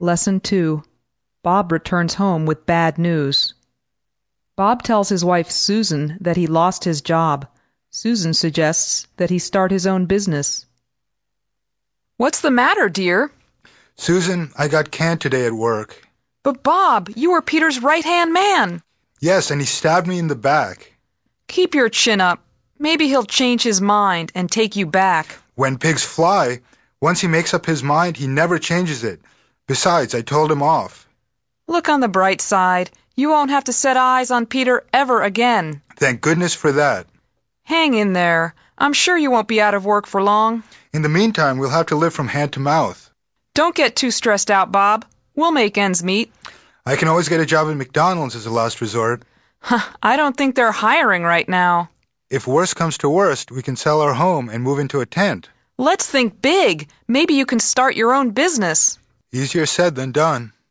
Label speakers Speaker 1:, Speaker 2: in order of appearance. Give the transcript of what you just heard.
Speaker 1: Lesson two Bob returns home with bad news. Bob tells his wife Susan that he lost his job. Susan suggests that he start his own business.
Speaker 2: What's the matter, dear?
Speaker 3: Susan, I got canned today at work.
Speaker 2: But Bob, you were Peter's right-hand man.
Speaker 3: Yes, and he stabbed me in the back.
Speaker 2: Keep your chin up. Maybe he'll change his mind and take you back.
Speaker 3: When pigs fly, once he makes up his mind, he never changes it. Besides, I told him off.
Speaker 2: Look on the bright side. You won't have to set eyes on Peter ever again.
Speaker 3: Thank goodness for that.
Speaker 2: Hang in there. I'm sure you won't be out of work for long.
Speaker 3: In the meantime, we'll have to live from hand to mouth.
Speaker 2: Don't get too stressed out, Bob. We'll make ends meet.
Speaker 3: I can always get a job at McDonald's as a last resort.
Speaker 2: Huh, I don't think they're hiring right now.
Speaker 3: If worst comes to worst, we can sell our home and move into a tent.
Speaker 2: Let's think big. Maybe you can start your own business.
Speaker 3: Easier said than done.